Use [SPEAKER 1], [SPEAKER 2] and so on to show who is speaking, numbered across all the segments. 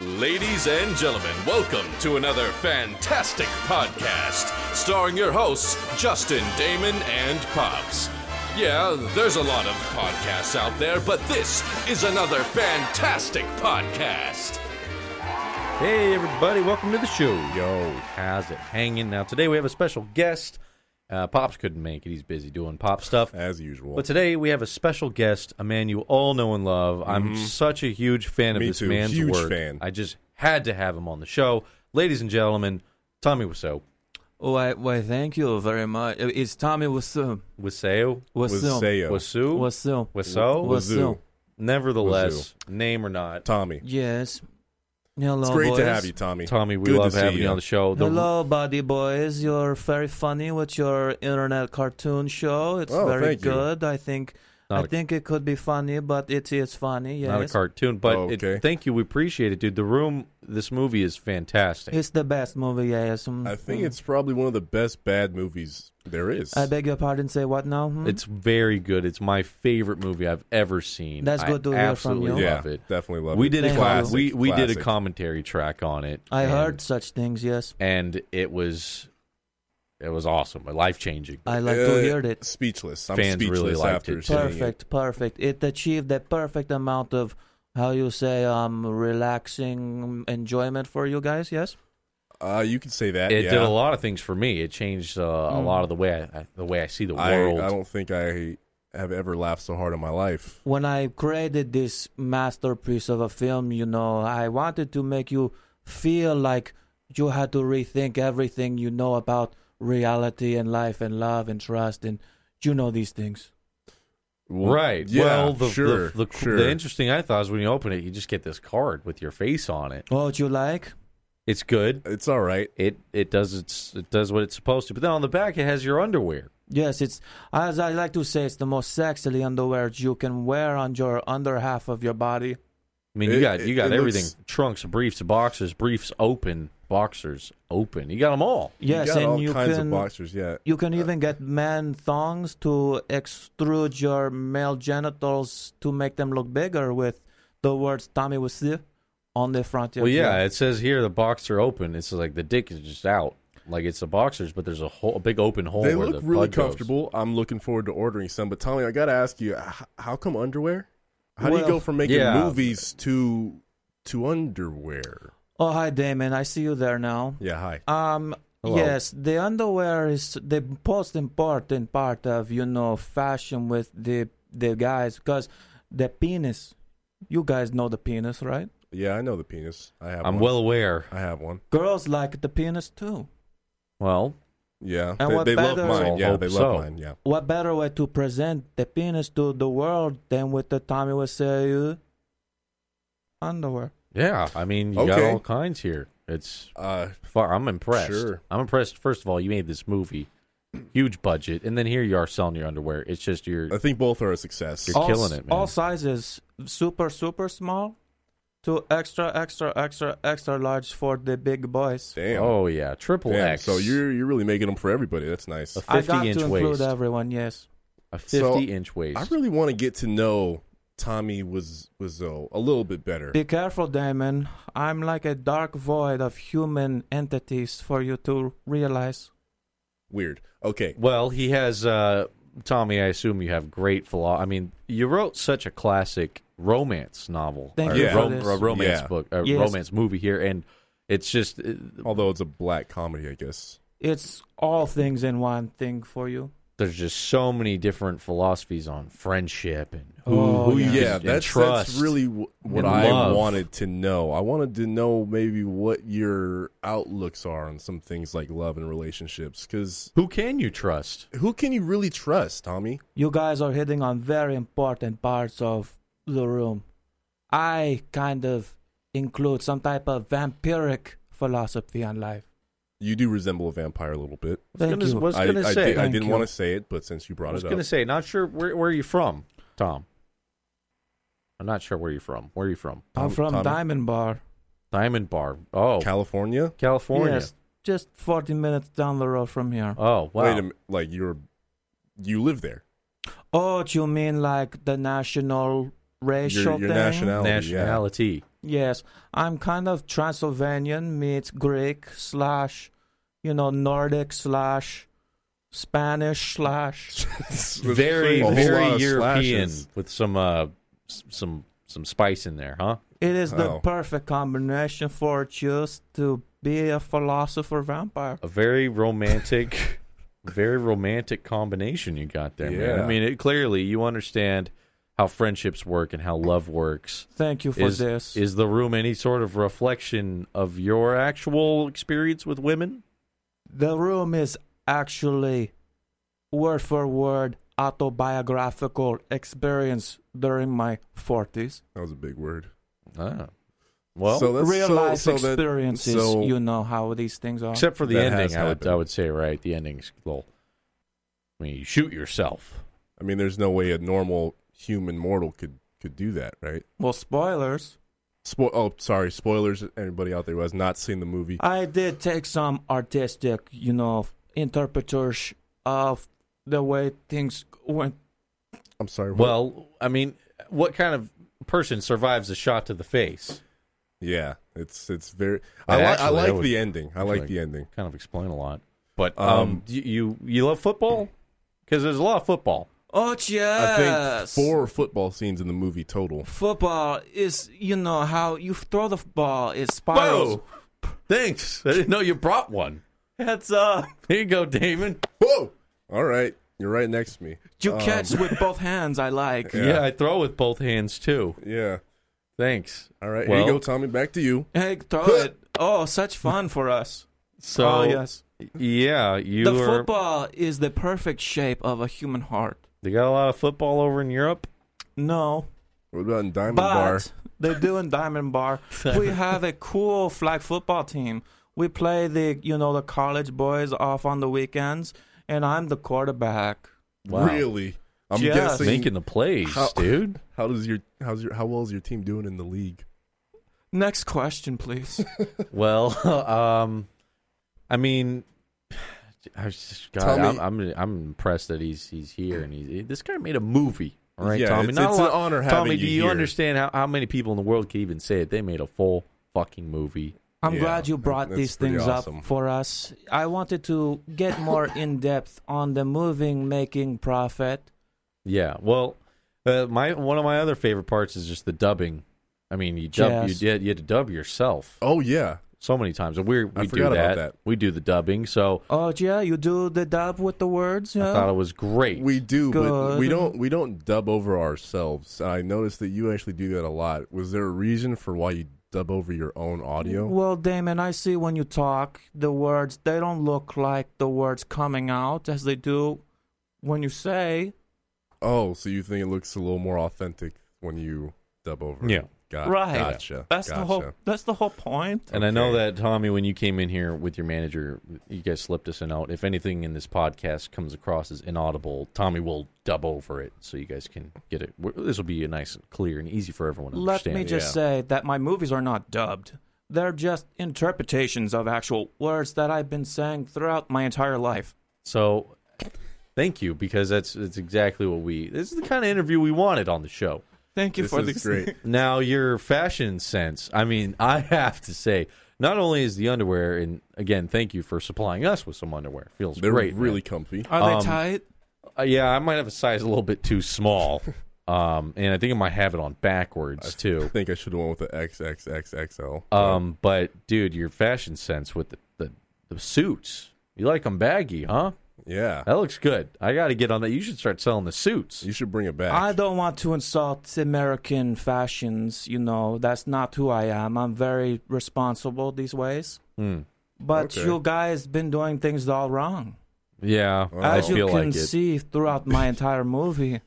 [SPEAKER 1] Ladies and gentlemen, welcome to another fantastic podcast starring your hosts, Justin, Damon, and Pops. Yeah, there's a lot of podcasts out there, but this is another fantastic podcast.
[SPEAKER 2] Hey everybody, welcome to the show. Yo, how's it hanging? Now today we have a special guest. Uh, Pops couldn't make it; he's busy doing pop stuff.
[SPEAKER 3] as usual.
[SPEAKER 2] But today we have a special guest, a man you all know and love. I'm such a huge fan of
[SPEAKER 3] Mm-hmm. Me
[SPEAKER 2] this
[SPEAKER 3] too,
[SPEAKER 2] man's
[SPEAKER 3] huge
[SPEAKER 2] work.
[SPEAKER 3] fan.
[SPEAKER 2] I just had to have him on the show, ladies and gentlemen. Tommy Wiseau.
[SPEAKER 4] Why, why, thank you very much. Uh, It's Tommy Wasu.
[SPEAKER 2] Wiseau.
[SPEAKER 3] was
[SPEAKER 4] Wasu.
[SPEAKER 3] Sayo.
[SPEAKER 2] Wasu.
[SPEAKER 4] Wasu.
[SPEAKER 2] Wiseau.
[SPEAKER 4] Wasu.
[SPEAKER 2] Nevertheless, name or not,
[SPEAKER 3] Tommy,
[SPEAKER 4] Yes. Hello,
[SPEAKER 3] it's great
[SPEAKER 4] boys.
[SPEAKER 3] to have you, Tommy.
[SPEAKER 2] Tommy, we
[SPEAKER 3] Good to
[SPEAKER 2] love
[SPEAKER 3] see
[SPEAKER 2] having you
[SPEAKER 3] you.
[SPEAKER 2] on the show. The-
[SPEAKER 4] Hello, buddy boys. You're very funny with your internet cartoon show. It's
[SPEAKER 3] Oh,
[SPEAKER 4] very
[SPEAKER 3] thank you.
[SPEAKER 4] good. I think
[SPEAKER 2] Not
[SPEAKER 4] I
[SPEAKER 2] a-
[SPEAKER 4] think it could be funny, but it is funny. Yes.
[SPEAKER 2] Not a cartoon, but
[SPEAKER 3] Oh,
[SPEAKER 2] it-
[SPEAKER 3] okay.
[SPEAKER 2] thank you. We appreciate it, dude. The room, this movie is fantastic.
[SPEAKER 4] It's the best movie. Yes. Mm,
[SPEAKER 3] I think
[SPEAKER 4] mm.
[SPEAKER 3] it's probably one of the best bad movies there is.
[SPEAKER 4] I beg your pardon. Say what now? Hmm?
[SPEAKER 2] It's very good. It's my favorite movie I've ever seen.
[SPEAKER 4] That's
[SPEAKER 2] I
[SPEAKER 4] good to hear from
[SPEAKER 2] absolutely
[SPEAKER 4] you.
[SPEAKER 3] yeah,
[SPEAKER 2] love it.
[SPEAKER 3] definitely love
[SPEAKER 2] we
[SPEAKER 3] it.
[SPEAKER 2] did a
[SPEAKER 4] Classic,
[SPEAKER 2] com- we we did a
[SPEAKER 3] classic.
[SPEAKER 2] commentary track on it.
[SPEAKER 4] I
[SPEAKER 2] and-
[SPEAKER 4] heard such things. Yes.
[SPEAKER 2] and it was it was awesome, life changing.
[SPEAKER 4] I like
[SPEAKER 3] Uh,
[SPEAKER 4] to hear it.
[SPEAKER 3] Speechless. I'm
[SPEAKER 2] Fans really
[SPEAKER 3] speechless
[SPEAKER 2] liked
[SPEAKER 3] after
[SPEAKER 2] it.
[SPEAKER 3] seeing
[SPEAKER 4] perfect perfect it achieved the perfect amount of how you say um relaxing enjoyment for you guys yes
[SPEAKER 3] it. Uh, you could say that.
[SPEAKER 2] It
[SPEAKER 3] yeah.
[SPEAKER 2] did a lot of things for me. It changed uh, a
[SPEAKER 4] Mm.
[SPEAKER 2] lot of the way I, I- the way I see the
[SPEAKER 3] I,
[SPEAKER 2] world.
[SPEAKER 3] I don't think I have ever laughed so hard in my life.
[SPEAKER 4] when i created this masterpiece of a film you know i wanted to make you feel like you had to rethink everything you know about reality and life and love and trust and you know these things
[SPEAKER 3] Well,
[SPEAKER 2] Right.
[SPEAKER 3] Yeah,
[SPEAKER 2] well, the,
[SPEAKER 3] sure,
[SPEAKER 2] the, the,
[SPEAKER 3] sure.
[SPEAKER 2] the interesting I thought is when you open it, you just get this card with your face on it.
[SPEAKER 4] oh do you like
[SPEAKER 2] It's good.
[SPEAKER 3] it's all right.
[SPEAKER 2] It it does its it does what it's supposed to. But then on the back, it has your underwear.
[SPEAKER 4] yes it's as i like to say it's the most sexily underwear you can wear on your under half of your body
[SPEAKER 2] I mean,
[SPEAKER 3] It-
[SPEAKER 2] you got you
[SPEAKER 3] it-
[SPEAKER 2] got
[SPEAKER 3] it
[SPEAKER 2] everything:
[SPEAKER 3] looks-
[SPEAKER 2] trunks, briefs, boxers, briefs open, boxers open. You got them all.
[SPEAKER 4] yes
[SPEAKER 3] you got
[SPEAKER 4] and
[SPEAKER 3] all
[SPEAKER 4] you
[SPEAKER 3] kinds
[SPEAKER 4] can
[SPEAKER 3] of boxers. Yeah.
[SPEAKER 4] You can
[SPEAKER 3] Uh,
[SPEAKER 4] even get man thongs to extrude your male genitals to make them look bigger with the words Tommy Wasi on the front. of
[SPEAKER 2] Well, yeah,
[SPEAKER 4] your-
[SPEAKER 2] it says here the boxers are open. It's like the dick is just out, like it's the boxers, but there's a whole a big open hole.
[SPEAKER 3] They
[SPEAKER 2] where
[SPEAKER 3] look
[SPEAKER 2] the
[SPEAKER 3] really
[SPEAKER 2] bud goes.
[SPEAKER 3] comfortable. I'm looking forward to ordering some. But Tommy, I gotta ask you, h- how come underwear? How do you
[SPEAKER 4] Well,
[SPEAKER 3] go from making
[SPEAKER 2] yeah.
[SPEAKER 3] movies to to underwear?
[SPEAKER 4] Oh, hi, Damon. I see you there now.
[SPEAKER 3] Yeah, hi.
[SPEAKER 4] Um,
[SPEAKER 2] Hello.
[SPEAKER 4] yes, the underwear is the most important part of you know fashion with the the guys because the penis. You guys know the penis, right?
[SPEAKER 3] Yeah, I know the penis. I have.
[SPEAKER 2] I'm
[SPEAKER 3] one.
[SPEAKER 2] well aware.
[SPEAKER 3] I have one.
[SPEAKER 4] Girls like the penis too.
[SPEAKER 2] Well,
[SPEAKER 3] Yeah,
[SPEAKER 4] And
[SPEAKER 3] they,
[SPEAKER 4] what
[SPEAKER 3] they love
[SPEAKER 4] better-
[SPEAKER 3] mine.
[SPEAKER 2] I'll
[SPEAKER 3] Yeah,
[SPEAKER 2] hope
[SPEAKER 3] they love
[SPEAKER 2] so.
[SPEAKER 3] mine. Yeah,
[SPEAKER 4] what better way to present the penis to the world than with the Tommy Wiseau underwear?
[SPEAKER 2] yeah, I mean, you got
[SPEAKER 3] Okay.
[SPEAKER 2] all kinds here. It's
[SPEAKER 3] uh,
[SPEAKER 2] far. I'm impressed.
[SPEAKER 3] Sure.
[SPEAKER 2] I'm impressed. First of all, you made this movie, huge budget, and then here you are selling your underwear. It's just your.
[SPEAKER 3] I think both are a success.
[SPEAKER 2] You're
[SPEAKER 4] all,
[SPEAKER 2] killing it, man.
[SPEAKER 4] All sizes, super super small to extra extra extra extra large for the big boys.
[SPEAKER 3] Damn.
[SPEAKER 2] Oh yeah, triple
[SPEAKER 3] Damn.
[SPEAKER 2] X.
[SPEAKER 3] So you're you're really making them for everybody. That's nice.
[SPEAKER 2] A f-
[SPEAKER 4] I got
[SPEAKER 2] 50 inch
[SPEAKER 4] to include
[SPEAKER 2] waist.
[SPEAKER 4] everyone. Yes.
[SPEAKER 2] a
[SPEAKER 3] So,
[SPEAKER 2] fifty-inch waist.
[SPEAKER 3] I really want to get to know Tommy was was a little bit better.
[SPEAKER 4] Be careful, Damon. I'm like a dark void of human entities for you to realize.
[SPEAKER 3] Weird. Okay.
[SPEAKER 2] Well, he has uh Tommy, I assume you have great philo. I mean, you wrote such a classic romance novel.
[SPEAKER 4] Thank
[SPEAKER 2] or
[SPEAKER 3] you for
[SPEAKER 2] rom-
[SPEAKER 4] this.
[SPEAKER 2] or romance
[SPEAKER 3] Yeah.
[SPEAKER 2] book, a
[SPEAKER 4] Yes.
[SPEAKER 2] romance movie here and it's just uh,
[SPEAKER 3] Although it's a black comedy, I guess.
[SPEAKER 4] It's all things in one thing for you.
[SPEAKER 2] there's just so many different philosophies on friendship and who,
[SPEAKER 4] Oh,
[SPEAKER 2] who
[SPEAKER 4] yeah.
[SPEAKER 2] you
[SPEAKER 3] yeah,
[SPEAKER 2] just- and
[SPEAKER 3] that's
[SPEAKER 2] trust.
[SPEAKER 3] that's really w- what
[SPEAKER 2] and
[SPEAKER 3] I
[SPEAKER 2] love.
[SPEAKER 3] wanted to know. I wanted to know maybe what your outlooks are on some things like love and relationships. Because
[SPEAKER 2] who can you trust?
[SPEAKER 3] who can you really trust, Tommy?
[SPEAKER 4] you guys are hitting on very important parts of the room. I kind of include some type of vampiric philosophy on life.
[SPEAKER 3] You do resemble a vampire a little bit.
[SPEAKER 4] Thank
[SPEAKER 2] gonna-
[SPEAKER 4] you.
[SPEAKER 2] was
[SPEAKER 3] I,
[SPEAKER 2] gonna
[SPEAKER 3] I
[SPEAKER 2] say-
[SPEAKER 3] did, I
[SPEAKER 4] Thank
[SPEAKER 3] didn't
[SPEAKER 4] you.
[SPEAKER 3] want to say it, but since
[SPEAKER 2] I
[SPEAKER 3] you brought
[SPEAKER 2] was
[SPEAKER 3] it
[SPEAKER 2] going to
[SPEAKER 3] up,
[SPEAKER 2] say not sure where where are you from, Tom? I'm not sure where you're from. Where are you from?
[SPEAKER 4] I'm
[SPEAKER 3] Tom-
[SPEAKER 4] from
[SPEAKER 3] Tommy?
[SPEAKER 4] Diamond Bar.
[SPEAKER 2] Diamond Bar. Oh,
[SPEAKER 3] California.
[SPEAKER 2] California.
[SPEAKER 4] Yes, just 40 minutes down the road from here.
[SPEAKER 3] Uh,
[SPEAKER 2] Oh, wow.
[SPEAKER 3] Wait a minute, like you're you live there.
[SPEAKER 4] Oh, do you mean like the national racial
[SPEAKER 3] your your
[SPEAKER 4] thing?
[SPEAKER 3] nationality. Oh, yeah.
[SPEAKER 2] Nationality.
[SPEAKER 4] Yes, I'm kind of Transylvanian meets Greek slash, you know, Nordic slash, Spanish slash.
[SPEAKER 2] very
[SPEAKER 3] A whole lot
[SPEAKER 2] very
[SPEAKER 3] of
[SPEAKER 2] European
[SPEAKER 3] slashes.
[SPEAKER 2] with some uh s- some some spice in there, huh?
[SPEAKER 4] It is the
[SPEAKER 3] Oh.
[SPEAKER 4] perfect combination for a choose to be a philosopher vampire.
[SPEAKER 2] A very romantic, very romantic combination you got there, man. I
[SPEAKER 3] Yeah.
[SPEAKER 2] mean, it, clearly you understand how friendships work and how love works.
[SPEAKER 4] Thank you for
[SPEAKER 2] Is
[SPEAKER 4] this.
[SPEAKER 2] is the room any sort of reflection of your actual experience with women?
[SPEAKER 4] the room is actually word for word autobiographical experience during my 40s.
[SPEAKER 3] That was a big word.
[SPEAKER 2] Ah. Well,
[SPEAKER 3] So that's-
[SPEAKER 4] Real
[SPEAKER 3] so-
[SPEAKER 4] life
[SPEAKER 3] so that-
[SPEAKER 4] experiences,
[SPEAKER 3] so-
[SPEAKER 4] you know how these things are.
[SPEAKER 2] except for the
[SPEAKER 3] That
[SPEAKER 2] ending,
[SPEAKER 3] has
[SPEAKER 2] I would I
[SPEAKER 3] happened.
[SPEAKER 2] would say right, the ending's a little. I mean, you shoot yourself.
[SPEAKER 3] I mean, there's no way a normal human mortal could could do that, right?
[SPEAKER 4] well, spoilers.
[SPEAKER 3] Spo- oh, sorry, spoilers. Anybody out there who has not seen the movie?
[SPEAKER 4] I did take some artistic, you know, interpreters of the way things went.
[SPEAKER 3] I'm sorry. what-
[SPEAKER 2] Well, I mean, what kind of person survives a shot to the face?
[SPEAKER 3] yeah, it's it's very.
[SPEAKER 2] That
[SPEAKER 3] I, li-
[SPEAKER 2] actually-
[SPEAKER 3] I
[SPEAKER 2] that
[SPEAKER 3] like
[SPEAKER 2] would-
[SPEAKER 3] the ending. I like
[SPEAKER 2] like-
[SPEAKER 3] the ending.
[SPEAKER 2] Kind of explain a lot, but um,
[SPEAKER 3] Um,
[SPEAKER 2] you, you you love football because there's a lot of football.
[SPEAKER 4] Oh
[SPEAKER 3] I think
[SPEAKER 4] yes,
[SPEAKER 3] four football scenes in the movie total.
[SPEAKER 4] football is, you know, how you throw the ball. It spirals.
[SPEAKER 2] Thanks. I didn't know you brought one.
[SPEAKER 4] Heads up!
[SPEAKER 2] Here you go, Damon.
[SPEAKER 3] Whoa! All right, you're right next to me.
[SPEAKER 4] You
[SPEAKER 3] Um,
[SPEAKER 4] catch with both hands. I like.
[SPEAKER 2] Yeah. I throw with both hands too.
[SPEAKER 3] Yeah.
[SPEAKER 2] Thanks.
[SPEAKER 3] All right,
[SPEAKER 2] Well-
[SPEAKER 3] here you go, Tommy. Back to you.
[SPEAKER 4] Hey, throw it! Oh, such fun for us.
[SPEAKER 2] So
[SPEAKER 3] Ah,
[SPEAKER 4] oh yes,
[SPEAKER 2] yeah, you
[SPEAKER 4] the
[SPEAKER 2] are.
[SPEAKER 4] football is the perfect shape of a human heart.
[SPEAKER 2] They got a lot of football over in Europe.
[SPEAKER 4] No,
[SPEAKER 3] What about in Diamond
[SPEAKER 4] but
[SPEAKER 3] Bar?
[SPEAKER 4] they do in Diamond Bar. we have a cool flag football team. We play the you know the college boys off on the weekends, and I'm the quarterback.
[SPEAKER 2] Wow.
[SPEAKER 3] Really? I'm
[SPEAKER 4] Yes.
[SPEAKER 3] guessing.
[SPEAKER 2] Making the plays,
[SPEAKER 3] How-
[SPEAKER 2] dude.
[SPEAKER 3] How does your how's your how well is your team doing in the league?
[SPEAKER 4] Next question, please.
[SPEAKER 2] Well, um, I mean, I was just God,
[SPEAKER 3] Tommy-
[SPEAKER 2] I'm, I'm I'm impressed that he's he's here and he's this guy made a movie. All right,
[SPEAKER 3] Yeah,
[SPEAKER 2] Tommy.
[SPEAKER 3] it's-
[SPEAKER 2] Not
[SPEAKER 3] it's
[SPEAKER 2] a
[SPEAKER 3] an
[SPEAKER 2] lot-
[SPEAKER 3] honor having
[SPEAKER 2] Tommy, do
[SPEAKER 3] you
[SPEAKER 2] you
[SPEAKER 3] here.
[SPEAKER 2] understand how, how many people in the world could even say it? They made a full fucking movie.
[SPEAKER 4] I'm
[SPEAKER 3] Yeah,
[SPEAKER 4] glad you
[SPEAKER 3] that-
[SPEAKER 4] brought
[SPEAKER 3] that's
[SPEAKER 4] these
[SPEAKER 3] pretty
[SPEAKER 4] things
[SPEAKER 3] awesome.
[SPEAKER 4] up for us. I wanted to get more in depth on the moving making profit.
[SPEAKER 2] Yeah. Well, uh, my one of my other favorite parts is just the dubbing. I mean, you dub,
[SPEAKER 4] Yes.
[SPEAKER 2] you, had, you had to dub yourself
[SPEAKER 3] Oh yeah.
[SPEAKER 2] so many times, and we
[SPEAKER 3] I
[SPEAKER 2] we do
[SPEAKER 3] forgot about that.
[SPEAKER 2] We do the dubbing, so
[SPEAKER 4] Oh yeah, you do the dub with the words. Yeah.
[SPEAKER 2] I thought it was great.
[SPEAKER 3] We do, but we
[SPEAKER 4] Good.
[SPEAKER 3] don't we don't dub over ourselves. I noticed that you actually do that a lot. Was there a reason for why you dub over your own audio?
[SPEAKER 4] Well, Damon, I see when you talk, the words they don't look like the words coming out as they do when you say.
[SPEAKER 3] Oh, so you think it looks a little more authentic when you dub over?
[SPEAKER 2] Yeah.
[SPEAKER 3] Got,
[SPEAKER 4] right.
[SPEAKER 3] Uh, Gotcha.
[SPEAKER 4] That's
[SPEAKER 3] gotcha.
[SPEAKER 4] the whole. That's the whole point.
[SPEAKER 2] And I know
[SPEAKER 3] Okay.
[SPEAKER 2] that Tommy, when you came in here with your manager, you guys slipped us a note. If anything in this podcast comes across as inaudible, Tommy will dub over it so you guys can get it. w- This will be a nice, and clear, and easy for everyone to
[SPEAKER 4] Let
[SPEAKER 2] understand.
[SPEAKER 4] me just
[SPEAKER 3] yeah.
[SPEAKER 4] say that my movies are not dubbed. They're just interpretations of actual words that I've been saying throughout my entire life.
[SPEAKER 2] So, thank you because that's that's exactly what we. This is the kind of interview we wanted on the show.
[SPEAKER 4] Thank you
[SPEAKER 3] This
[SPEAKER 4] for
[SPEAKER 3] is
[SPEAKER 4] this.
[SPEAKER 3] great.
[SPEAKER 2] Now, your fashion sense. I mean, I have to say, not only is the underwear, and again, thank you for supplying us with some underwear. Feels
[SPEAKER 3] They're
[SPEAKER 2] great. man.
[SPEAKER 3] really comfy.
[SPEAKER 4] Are they
[SPEAKER 2] Um,
[SPEAKER 4] tight?
[SPEAKER 2] Uh, yeah, I might have a size a little bit too small. Um, and I think I might have it on backwards
[SPEAKER 3] I
[SPEAKER 2] too.
[SPEAKER 3] think I should have went with the XXXXL.
[SPEAKER 2] Um, but dude, your fashion sense with the, the, the suits, you like them baggy, huh?
[SPEAKER 3] yeah.
[SPEAKER 2] That looks good. I got to get on that. You should start selling the suits.
[SPEAKER 3] You should bring it back.
[SPEAKER 4] I don't want to insult American fashions. You know, that's not who I am. I'm very responsible these ways.
[SPEAKER 2] Hmm.
[SPEAKER 4] But
[SPEAKER 3] Okay.
[SPEAKER 4] you guys been doing things all wrong.
[SPEAKER 2] Yeah, I
[SPEAKER 4] As you
[SPEAKER 2] feel
[SPEAKER 4] can
[SPEAKER 2] like it.
[SPEAKER 4] see throughout my entire movie,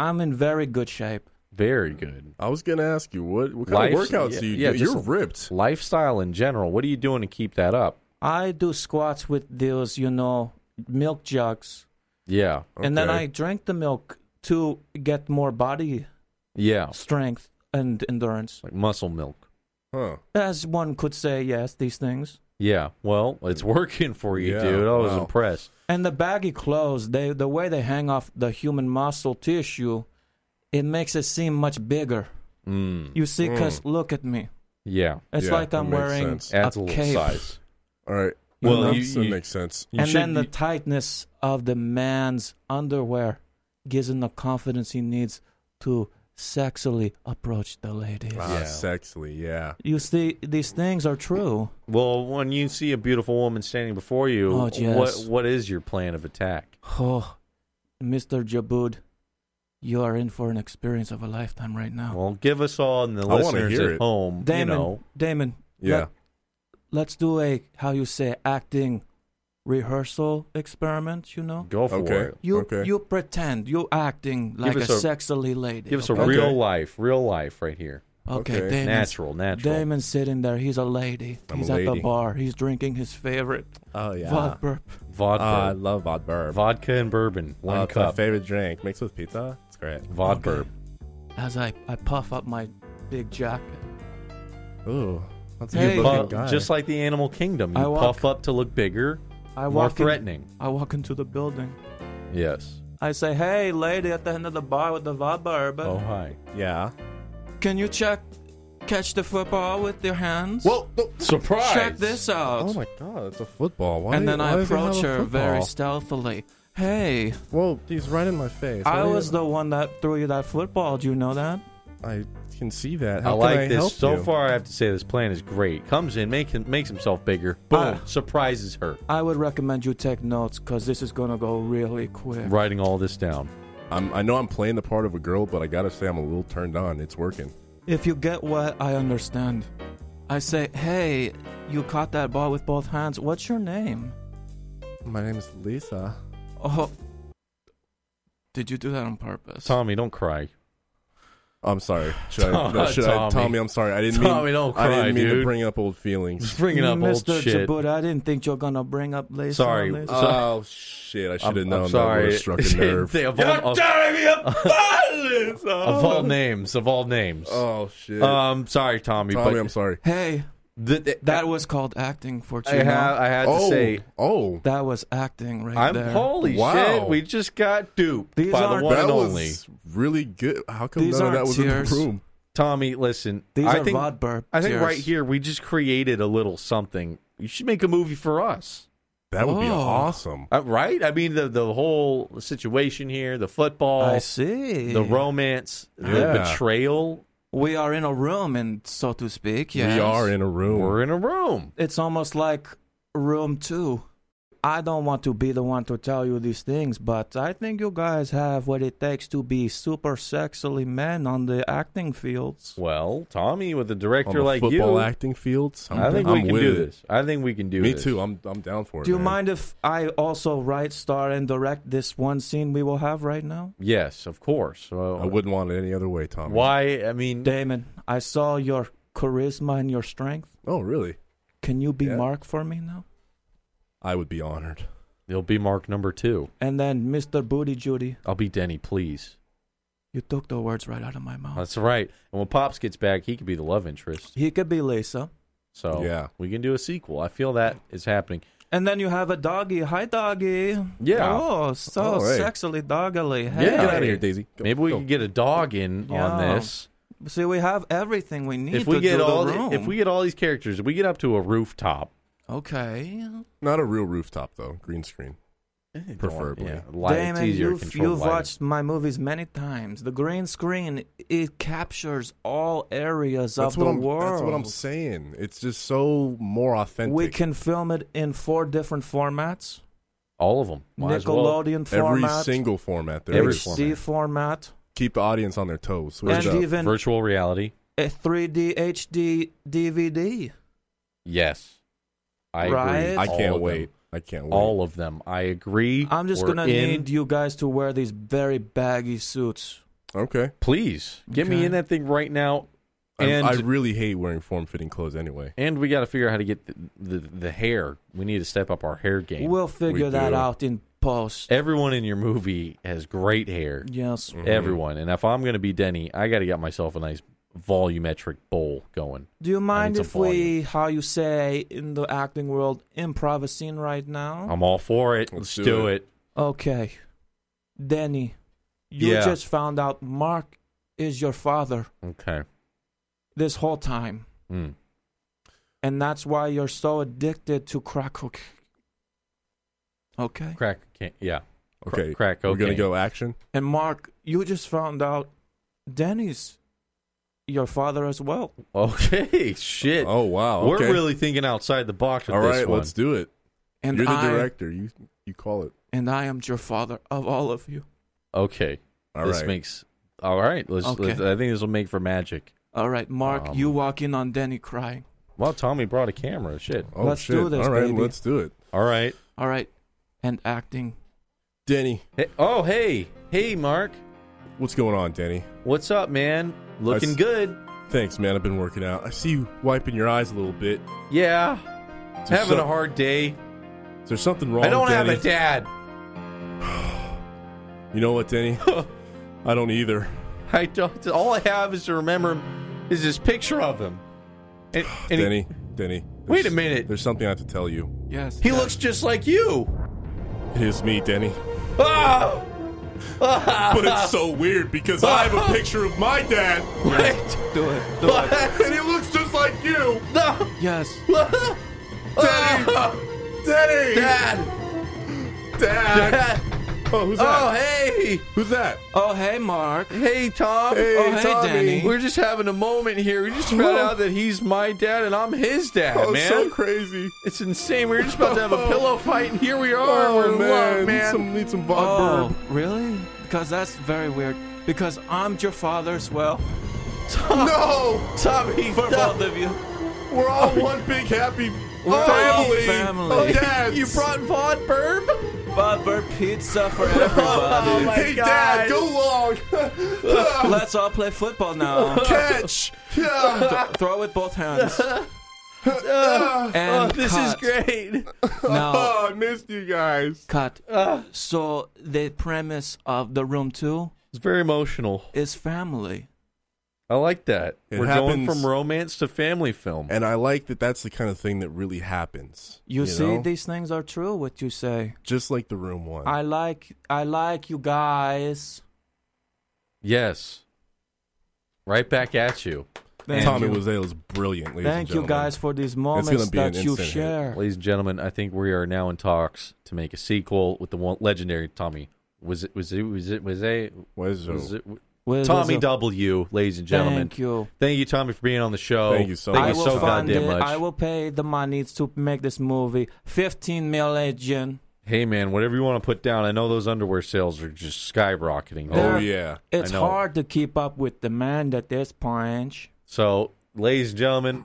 [SPEAKER 4] I'm in very good shape.
[SPEAKER 2] Very good.
[SPEAKER 3] I was gonna ask you what what kind
[SPEAKER 2] Life's-
[SPEAKER 3] of workouts
[SPEAKER 2] yeah,
[SPEAKER 3] do you
[SPEAKER 2] yeah,
[SPEAKER 3] do?
[SPEAKER 2] just-
[SPEAKER 3] You're ripped.
[SPEAKER 2] Lifestyle in general. What are you doing to keep that up?
[SPEAKER 4] I do squats with those, you know, milk jugs,
[SPEAKER 2] Yeah,
[SPEAKER 4] and then
[SPEAKER 3] Okay.
[SPEAKER 4] I drink the milk to get more body
[SPEAKER 2] yeah,
[SPEAKER 4] strength and endurance.
[SPEAKER 2] like muscle milk.
[SPEAKER 3] Huh.
[SPEAKER 4] As one could say, yes, these things.
[SPEAKER 2] Yeah. Well, it's working for you,
[SPEAKER 3] Yeah,
[SPEAKER 2] dude. I was
[SPEAKER 3] wow.
[SPEAKER 2] impressed.
[SPEAKER 4] And the baggy clothes, they the way they hang off the human muscle tissue, it makes it seem much bigger.
[SPEAKER 2] Mm.
[SPEAKER 4] You see, because
[SPEAKER 3] Mm.
[SPEAKER 4] look at me.
[SPEAKER 2] Yeah.
[SPEAKER 4] It's
[SPEAKER 3] Yeah,
[SPEAKER 4] like
[SPEAKER 3] that
[SPEAKER 4] I'm
[SPEAKER 3] makes
[SPEAKER 4] wearing
[SPEAKER 3] sense.
[SPEAKER 2] Adds
[SPEAKER 4] a,
[SPEAKER 2] a little
[SPEAKER 4] cape.
[SPEAKER 2] size.
[SPEAKER 3] All right.
[SPEAKER 2] Well,
[SPEAKER 3] Well,
[SPEAKER 2] you-
[SPEAKER 3] that
[SPEAKER 2] you-
[SPEAKER 3] makes sense.
[SPEAKER 2] You
[SPEAKER 4] and
[SPEAKER 2] should-
[SPEAKER 4] then the
[SPEAKER 2] you-
[SPEAKER 4] tightness of the man's underwear gives him the confidence he needs to sexually approach the ladies.
[SPEAKER 3] Ah,
[SPEAKER 2] Yeah.
[SPEAKER 3] sexily, yeah.
[SPEAKER 4] You see, these things are true.
[SPEAKER 2] well, when you see a beautiful woman standing before you,
[SPEAKER 4] Oh, yes.
[SPEAKER 2] what what is your plan of attack?
[SPEAKER 4] Oh, Mr. Jabud, you are in for an experience of a lifetime right now.
[SPEAKER 2] Well, give us all and the
[SPEAKER 3] I wanna
[SPEAKER 2] listeners
[SPEAKER 3] hear
[SPEAKER 2] at
[SPEAKER 3] it.
[SPEAKER 2] home,
[SPEAKER 4] Damon,
[SPEAKER 2] you know,
[SPEAKER 4] Damon,
[SPEAKER 3] Yeah.
[SPEAKER 4] let- let's do a, how you say, acting rehearsal experiment, you know?
[SPEAKER 2] go for
[SPEAKER 3] Okay.
[SPEAKER 2] it.
[SPEAKER 4] You
[SPEAKER 3] Okay.
[SPEAKER 4] you pretend you're acting like a,
[SPEAKER 2] us a-
[SPEAKER 4] sexily lady.
[SPEAKER 2] Give us a
[SPEAKER 4] okay?
[SPEAKER 3] Okay.
[SPEAKER 2] real life, real life right here.
[SPEAKER 4] Okay,
[SPEAKER 3] Okay.
[SPEAKER 4] Damon's-
[SPEAKER 2] natural, natural.
[SPEAKER 4] Damon's sitting there. He's a lady.
[SPEAKER 3] I'm a
[SPEAKER 4] he's at
[SPEAKER 3] lady.
[SPEAKER 4] the bar. He's drinking his favorite
[SPEAKER 5] Oh yeah.
[SPEAKER 4] vodka.
[SPEAKER 5] Uh,
[SPEAKER 2] Vodka.
[SPEAKER 5] I love
[SPEAKER 3] Uh,
[SPEAKER 5] vodka.
[SPEAKER 2] vodka and bourbon. One
[SPEAKER 5] Uh, it's my
[SPEAKER 2] cup.
[SPEAKER 5] favorite drink mixed with pizza. It's great.
[SPEAKER 2] Vodka.
[SPEAKER 4] Okay. As I, I puff up my big jacket,
[SPEAKER 5] Ooh, that's a
[SPEAKER 4] Hey.
[SPEAKER 5] good looking
[SPEAKER 2] Puff-
[SPEAKER 5] guy.
[SPEAKER 2] just like the animal kingdom, you
[SPEAKER 4] I walk-
[SPEAKER 2] puff up to look bigger,
[SPEAKER 4] I
[SPEAKER 2] more
[SPEAKER 4] walk. In,
[SPEAKER 2] threatening.
[SPEAKER 4] I walk into the building.
[SPEAKER 2] Yes.
[SPEAKER 4] I say, "Hey, lady at the end of the bar with the vodka, but
[SPEAKER 2] Oh hi.
[SPEAKER 5] yeah.
[SPEAKER 4] can you check catch the football with your hands?
[SPEAKER 3] Well, no.
[SPEAKER 2] Surprise.
[SPEAKER 4] check this out."
[SPEAKER 5] Oh my god, it's a football. Why
[SPEAKER 4] and
[SPEAKER 5] do-
[SPEAKER 4] then
[SPEAKER 5] why
[SPEAKER 4] I
[SPEAKER 5] does it have
[SPEAKER 4] approach
[SPEAKER 5] a
[SPEAKER 4] her very
[SPEAKER 5] football?
[SPEAKER 4] stealthily. Hey,
[SPEAKER 5] Whoa, he's right in my face. Why
[SPEAKER 4] I
[SPEAKER 5] do you-
[SPEAKER 4] was the one that threw you that football. Do you know that?
[SPEAKER 5] I can see that.
[SPEAKER 2] I
[SPEAKER 5] How
[SPEAKER 2] like
[SPEAKER 5] can I help
[SPEAKER 2] this. So
[SPEAKER 5] you?
[SPEAKER 2] far, I have to say this plan is great. Comes in, makes him, makes himself bigger. Boom,
[SPEAKER 4] Ah.
[SPEAKER 2] surprises her.
[SPEAKER 4] I would recommend you take notes because this is gonna go really quick.
[SPEAKER 2] Writing all this down.
[SPEAKER 3] I'm, I know I'm playing the part of a girl, but I gotta say I'm a little turned on. It's working.
[SPEAKER 4] If you get what I understand, I say, hey, you caught that ball with both hands. What's your name?
[SPEAKER 5] My name is Lisa.
[SPEAKER 4] Oh, did you do that on purpose?
[SPEAKER 2] Tommy, don't cry.
[SPEAKER 3] I'm sorry. Should I, no,
[SPEAKER 2] Tom-
[SPEAKER 3] should I,
[SPEAKER 2] Tommy.
[SPEAKER 3] Tommy? I'm sorry. I didn't
[SPEAKER 2] Tommy,
[SPEAKER 3] mean.
[SPEAKER 2] don't
[SPEAKER 3] I
[SPEAKER 2] cry,
[SPEAKER 3] didn't mean
[SPEAKER 2] dude.
[SPEAKER 3] to bring up old feelings.
[SPEAKER 2] Just bringing up
[SPEAKER 4] Mr.
[SPEAKER 2] old shit.
[SPEAKER 4] Jabut, I didn't think you're gonna bring up Lisa.
[SPEAKER 2] Sorry.
[SPEAKER 4] Lisa.
[SPEAKER 2] Uh,
[SPEAKER 3] Oh shit! I should have
[SPEAKER 2] I'm, I'm
[SPEAKER 3] known that would
[SPEAKER 2] sorry.
[SPEAKER 3] have struck a nerve.
[SPEAKER 2] They- of, all, of, of all names, of all names.
[SPEAKER 3] oh shit!
[SPEAKER 2] um, sorry, Tommy,
[SPEAKER 3] Tommy,
[SPEAKER 2] but
[SPEAKER 3] I'm sorry.
[SPEAKER 4] hey,
[SPEAKER 2] th- th-
[SPEAKER 4] that was called acting for
[SPEAKER 2] I,
[SPEAKER 4] you. know?
[SPEAKER 2] ha- I had to
[SPEAKER 3] Oh,
[SPEAKER 2] say,
[SPEAKER 3] oh,
[SPEAKER 4] that was acting right
[SPEAKER 2] I'm
[SPEAKER 4] there.
[SPEAKER 2] holy
[SPEAKER 3] Wow.
[SPEAKER 2] shit. We just got duped
[SPEAKER 4] These
[SPEAKER 2] by the
[SPEAKER 4] aren't-
[SPEAKER 2] one
[SPEAKER 3] that
[SPEAKER 2] and
[SPEAKER 3] was
[SPEAKER 2] only.
[SPEAKER 3] really good. How come
[SPEAKER 4] These
[SPEAKER 3] none of that
[SPEAKER 4] aren't
[SPEAKER 3] was
[SPEAKER 4] tears.
[SPEAKER 3] in the room?
[SPEAKER 2] Tommy, listen.
[SPEAKER 4] These
[SPEAKER 2] I
[SPEAKER 4] are
[SPEAKER 2] think,
[SPEAKER 4] vodka.
[SPEAKER 2] I think
[SPEAKER 4] tears.
[SPEAKER 2] right here we just created a little something. You should make a movie for us.
[SPEAKER 3] That would be
[SPEAKER 4] Oh.
[SPEAKER 3] awesome.
[SPEAKER 2] Uh, right? I mean, the the whole situation here, the
[SPEAKER 4] I
[SPEAKER 2] football,
[SPEAKER 4] see.
[SPEAKER 2] the romance, the
[SPEAKER 3] Yeah.
[SPEAKER 2] betrayal.
[SPEAKER 4] We are in a room, and so to speak. Yes.
[SPEAKER 3] We are in a room.
[SPEAKER 2] We're in a room.
[SPEAKER 4] it's almost like room two. I don't want to be the one to tell you these things, but I think you guys have what it takes to be super sexily men on the acting fields.
[SPEAKER 2] Well, Tommy, with a
[SPEAKER 3] on
[SPEAKER 2] director
[SPEAKER 3] the
[SPEAKER 2] like
[SPEAKER 3] football
[SPEAKER 2] you,
[SPEAKER 3] acting fields. I'm,
[SPEAKER 2] I think
[SPEAKER 3] I'm
[SPEAKER 2] we can
[SPEAKER 3] with
[SPEAKER 2] do
[SPEAKER 3] it.
[SPEAKER 2] this. I think we can do
[SPEAKER 3] Me
[SPEAKER 2] this.
[SPEAKER 3] too. I'm I'm down for it.
[SPEAKER 4] Do you
[SPEAKER 3] man.
[SPEAKER 4] mind if I also write, star, and direct this one scene we will have right now?
[SPEAKER 2] Yes, of course. Well,
[SPEAKER 3] I wouldn't want it any other way, Tommy.
[SPEAKER 2] Why? I mean,
[SPEAKER 4] Damon, I saw your charisma and your strength.
[SPEAKER 3] Oh, really?
[SPEAKER 4] Can you be
[SPEAKER 3] Yeah.
[SPEAKER 4] Mark for me now?
[SPEAKER 3] I would be honored.
[SPEAKER 2] it'll be Mark number two.
[SPEAKER 4] And then Mr. Booty Judy,
[SPEAKER 2] I'll be Denny, please.
[SPEAKER 4] you took the words right out of my mouth.
[SPEAKER 2] That's right. And when Pops gets back, he could be the love interest.
[SPEAKER 4] He could be Lisa.
[SPEAKER 2] So
[SPEAKER 3] Yeah.
[SPEAKER 2] we can do a sequel. I feel that is happening.
[SPEAKER 4] And then you have a doggy. Hi, doggy.
[SPEAKER 2] Yeah.
[SPEAKER 4] Oh, so
[SPEAKER 3] Oh, hey.
[SPEAKER 4] sexily doggily. Hey.
[SPEAKER 2] Yeah.
[SPEAKER 3] Get out of here, Daisy. Go,
[SPEAKER 2] Maybe we
[SPEAKER 3] go.
[SPEAKER 2] can get a dog in
[SPEAKER 4] Yeah.
[SPEAKER 2] on this.
[SPEAKER 4] See, we have everything we need
[SPEAKER 2] If we
[SPEAKER 4] to
[SPEAKER 2] get
[SPEAKER 4] do
[SPEAKER 2] all,
[SPEAKER 4] the room.
[SPEAKER 2] if we get all these characters, if we get up to a rooftop,
[SPEAKER 4] okay.
[SPEAKER 3] not a real rooftop though. Green screen. Preferably.
[SPEAKER 2] yeah, light, it's
[SPEAKER 4] Damon,
[SPEAKER 2] easier to
[SPEAKER 4] you've,
[SPEAKER 2] control
[SPEAKER 4] you've
[SPEAKER 2] lighting.
[SPEAKER 4] watched my movies many times. The green screen it captures all areas
[SPEAKER 3] That's
[SPEAKER 4] of
[SPEAKER 3] what
[SPEAKER 4] the
[SPEAKER 3] I'm.
[SPEAKER 4] world.
[SPEAKER 3] That's what I'm saying. It's just so more authentic.
[SPEAKER 4] We can film it in four different formats:
[SPEAKER 2] all of them. Might as well.
[SPEAKER 4] Nickelodeon
[SPEAKER 3] every
[SPEAKER 4] format,
[SPEAKER 3] single format. There
[SPEAKER 2] Every
[SPEAKER 3] is.
[SPEAKER 2] format.
[SPEAKER 4] HD format,
[SPEAKER 3] Keep the audience on their toes. uh, Switch
[SPEAKER 4] and
[SPEAKER 3] it up.
[SPEAKER 4] even
[SPEAKER 2] virtual reality.
[SPEAKER 4] a 3D HD DVD.
[SPEAKER 2] Yes, I agree.
[SPEAKER 4] Right?
[SPEAKER 3] I
[SPEAKER 2] All
[SPEAKER 3] can't
[SPEAKER 2] of
[SPEAKER 3] wait.
[SPEAKER 2] them.
[SPEAKER 3] I can't wait.
[SPEAKER 2] All of them. I agree.
[SPEAKER 4] I'm just
[SPEAKER 2] We're
[SPEAKER 4] gonna
[SPEAKER 2] in.
[SPEAKER 4] need you guys to wear these very baggy suits.
[SPEAKER 3] okay.
[SPEAKER 2] Please get me
[SPEAKER 4] Okay.
[SPEAKER 2] in that thing right now.
[SPEAKER 3] I-
[SPEAKER 2] And
[SPEAKER 3] I really hate wearing form-fitting clothes anyway.
[SPEAKER 2] and we got to figure out how to get the, the the hair. We need to step up our hair game.
[SPEAKER 4] We'll figure
[SPEAKER 3] We
[SPEAKER 4] that
[SPEAKER 3] do.
[SPEAKER 4] out in post.
[SPEAKER 2] Everyone in your movie has great hair.
[SPEAKER 4] Yes.
[SPEAKER 3] Mm-hmm.
[SPEAKER 2] Everyone. And if I'm going to be Denny, I got to get myself a nice volumetric bowl going.
[SPEAKER 4] Do you mind
[SPEAKER 2] need
[SPEAKER 4] if
[SPEAKER 2] some
[SPEAKER 4] we, how you say in the acting world, improv a scene right now?
[SPEAKER 2] I'm all for it. Let's,
[SPEAKER 3] Let's
[SPEAKER 2] do,
[SPEAKER 3] do
[SPEAKER 2] it.
[SPEAKER 4] okay. Denny, you
[SPEAKER 2] Yeah.
[SPEAKER 4] just found out Mark is your father.
[SPEAKER 2] Okay.
[SPEAKER 4] this whole time.
[SPEAKER 2] Mm.
[SPEAKER 4] And that's why you're so addicted to crack cocaine. Okay.
[SPEAKER 2] Crack, can yeah. Cra-
[SPEAKER 3] Okay,
[SPEAKER 2] crack
[SPEAKER 3] we're gonna
[SPEAKER 2] cocaine.
[SPEAKER 3] go action.
[SPEAKER 4] And Mark, you just found out Danny's your father as well.
[SPEAKER 2] Okay, shit.
[SPEAKER 3] Oh wow,
[SPEAKER 2] We're
[SPEAKER 3] okay.
[SPEAKER 2] really thinking outside the box with
[SPEAKER 3] all
[SPEAKER 2] this
[SPEAKER 3] right.
[SPEAKER 2] one.
[SPEAKER 3] Let's do it.
[SPEAKER 4] And
[SPEAKER 3] You're the
[SPEAKER 4] I
[SPEAKER 3] director. You you call it.
[SPEAKER 4] and I am your father of all of you.
[SPEAKER 2] Okay,
[SPEAKER 3] All
[SPEAKER 2] this
[SPEAKER 3] right.
[SPEAKER 2] makes all right. Let's,
[SPEAKER 4] Okay.
[SPEAKER 2] let's- I think this will make for magic.
[SPEAKER 4] All right, Mark,
[SPEAKER 2] Um,
[SPEAKER 4] you walk in on Danny crying.
[SPEAKER 2] Well, Tommy brought a camera. Shit.
[SPEAKER 3] oh
[SPEAKER 4] let's
[SPEAKER 3] shit!
[SPEAKER 4] do this,
[SPEAKER 3] all right,
[SPEAKER 4] baby.
[SPEAKER 3] let's do it.
[SPEAKER 2] All right.
[SPEAKER 4] All right. And acting.
[SPEAKER 3] Danny,
[SPEAKER 2] Hey, oh, hey, hey, Mark.
[SPEAKER 3] what's going on, Danny?
[SPEAKER 2] What's up, man? Looking
[SPEAKER 3] s-
[SPEAKER 2] good.
[SPEAKER 3] Thanks, man. I've been working out. I see you wiping your eyes a little bit.
[SPEAKER 2] Yeah,
[SPEAKER 3] Is there
[SPEAKER 2] having a
[SPEAKER 3] some-
[SPEAKER 2] hard day.
[SPEAKER 3] Is there something wrong?
[SPEAKER 2] I don't
[SPEAKER 3] Danny?
[SPEAKER 2] have a dad.
[SPEAKER 3] You know what, Danny? I don't either.
[SPEAKER 2] I don't. All I have is to remember him, is this picture of him. And, and he-
[SPEAKER 3] Denny, Denny.
[SPEAKER 2] Wait a
[SPEAKER 3] there's-
[SPEAKER 2] minute.
[SPEAKER 3] There's something I have to tell you.
[SPEAKER 4] Yes.
[SPEAKER 2] he
[SPEAKER 4] yes.
[SPEAKER 2] looks just like you.
[SPEAKER 3] It is me, Denny.
[SPEAKER 2] Oh! Ah!
[SPEAKER 3] But it's so weird because I have a picture of my dad,
[SPEAKER 2] Wait.
[SPEAKER 4] do it. Do it.
[SPEAKER 2] What?
[SPEAKER 3] and it looks just like you,
[SPEAKER 2] No.
[SPEAKER 4] Yes.
[SPEAKER 2] Daddy.
[SPEAKER 3] Denny.
[SPEAKER 2] Dad.
[SPEAKER 3] Dad.
[SPEAKER 2] Dad.
[SPEAKER 3] Oh, who's
[SPEAKER 2] Oh,
[SPEAKER 3] that?
[SPEAKER 2] hey.
[SPEAKER 3] Who's that?
[SPEAKER 4] Oh, hey, Mark.
[SPEAKER 2] Hey, Tom.
[SPEAKER 3] Hey,
[SPEAKER 4] Oh, hey,
[SPEAKER 3] Tommy.
[SPEAKER 4] Danny.
[SPEAKER 2] We're just having a moment here. We just found out that he's my dad and I'm his dad,
[SPEAKER 3] Oh,
[SPEAKER 2] man.
[SPEAKER 3] so crazy.
[SPEAKER 2] it's insane. We were just about to have a pillow fight, and here we are. we're
[SPEAKER 3] Oh
[SPEAKER 2] in
[SPEAKER 3] man,
[SPEAKER 2] love,
[SPEAKER 3] Need
[SPEAKER 2] Oh. man.
[SPEAKER 3] some need some
[SPEAKER 4] Oh,
[SPEAKER 3] Von
[SPEAKER 4] really? Because that's very weird. Because I'm your father as well.
[SPEAKER 2] Tom,
[SPEAKER 3] No,
[SPEAKER 2] Tommy,
[SPEAKER 4] For
[SPEAKER 2] Tom.
[SPEAKER 4] both of you.
[SPEAKER 3] we're all one big happy oh,
[SPEAKER 4] all
[SPEAKER 3] family.
[SPEAKER 4] family.
[SPEAKER 3] of dads.
[SPEAKER 2] You brought Vaughn Burb?
[SPEAKER 4] Bubber pizza for
[SPEAKER 2] Oh,
[SPEAKER 4] everybody.
[SPEAKER 2] my
[SPEAKER 3] Hey,
[SPEAKER 2] God.
[SPEAKER 3] Dad, go long.
[SPEAKER 4] Let's all play football now.
[SPEAKER 3] Catch. Yeah.
[SPEAKER 4] Th- throw with both hands.
[SPEAKER 2] Oh,
[SPEAKER 4] and
[SPEAKER 2] this
[SPEAKER 4] cut.
[SPEAKER 2] is great.
[SPEAKER 4] Now,
[SPEAKER 3] Oh, I missed you guys.
[SPEAKER 4] cut.
[SPEAKER 2] Uh.
[SPEAKER 4] So the premise of the room two
[SPEAKER 2] It's very emotional.
[SPEAKER 4] is family.
[SPEAKER 2] I like that.
[SPEAKER 3] It
[SPEAKER 2] We're going
[SPEAKER 3] happens-
[SPEAKER 2] from romance to family film.
[SPEAKER 3] And I like that that's the kind of thing that really happens.
[SPEAKER 4] You, see,
[SPEAKER 3] know?
[SPEAKER 4] these things are true. What you say.
[SPEAKER 3] just like the room one.
[SPEAKER 4] I like. I like you guys.
[SPEAKER 2] Yes. Right back at you.
[SPEAKER 4] Thank
[SPEAKER 3] Tommy
[SPEAKER 4] you.
[SPEAKER 3] Wiseau is brilliant, ladies and
[SPEAKER 4] Thank you
[SPEAKER 3] gentlemen.
[SPEAKER 4] guys for these moments
[SPEAKER 3] gonna be an
[SPEAKER 4] that you
[SPEAKER 3] instant hit.
[SPEAKER 4] share.
[SPEAKER 2] Ladies and gentlemen, I think we are now in talks to make a sequel with the one legendary Tommy. Was it was it was it was it,
[SPEAKER 3] Wiseau.
[SPEAKER 2] was it
[SPEAKER 4] With-
[SPEAKER 2] Tommy
[SPEAKER 4] with-
[SPEAKER 2] W, ladies and gentlemen.
[SPEAKER 4] Thank you.
[SPEAKER 2] Thank you, Tommy, for being on the show.
[SPEAKER 3] Thank you so
[SPEAKER 2] Thank
[SPEAKER 4] I
[SPEAKER 2] you
[SPEAKER 4] will
[SPEAKER 2] so
[SPEAKER 4] fund
[SPEAKER 2] goddamn
[SPEAKER 4] it.
[SPEAKER 2] much.
[SPEAKER 4] I will pay the money to make this movie. Fifteen million.
[SPEAKER 2] Hey man, whatever you want to put down, I know those underwear sales are just skyrocketing.
[SPEAKER 3] Oh
[SPEAKER 4] There-
[SPEAKER 3] yeah.
[SPEAKER 4] It's
[SPEAKER 2] know.
[SPEAKER 4] hard to keep up with demand at this point.
[SPEAKER 2] So, ladies and gentlemen,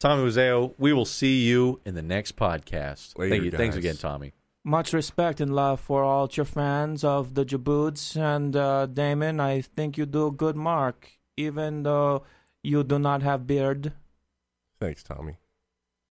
[SPEAKER 2] Tommy Wiseau, we will see you in the next podcast.
[SPEAKER 3] Later,
[SPEAKER 2] Thank you. Thanks
[SPEAKER 3] guys.
[SPEAKER 2] again, Tommy.
[SPEAKER 4] Much respect and love for all your fans of the Jaboots and uh, Damon. I think you do good, Mark, even though you do not have beard.
[SPEAKER 3] Thanks, Tommy.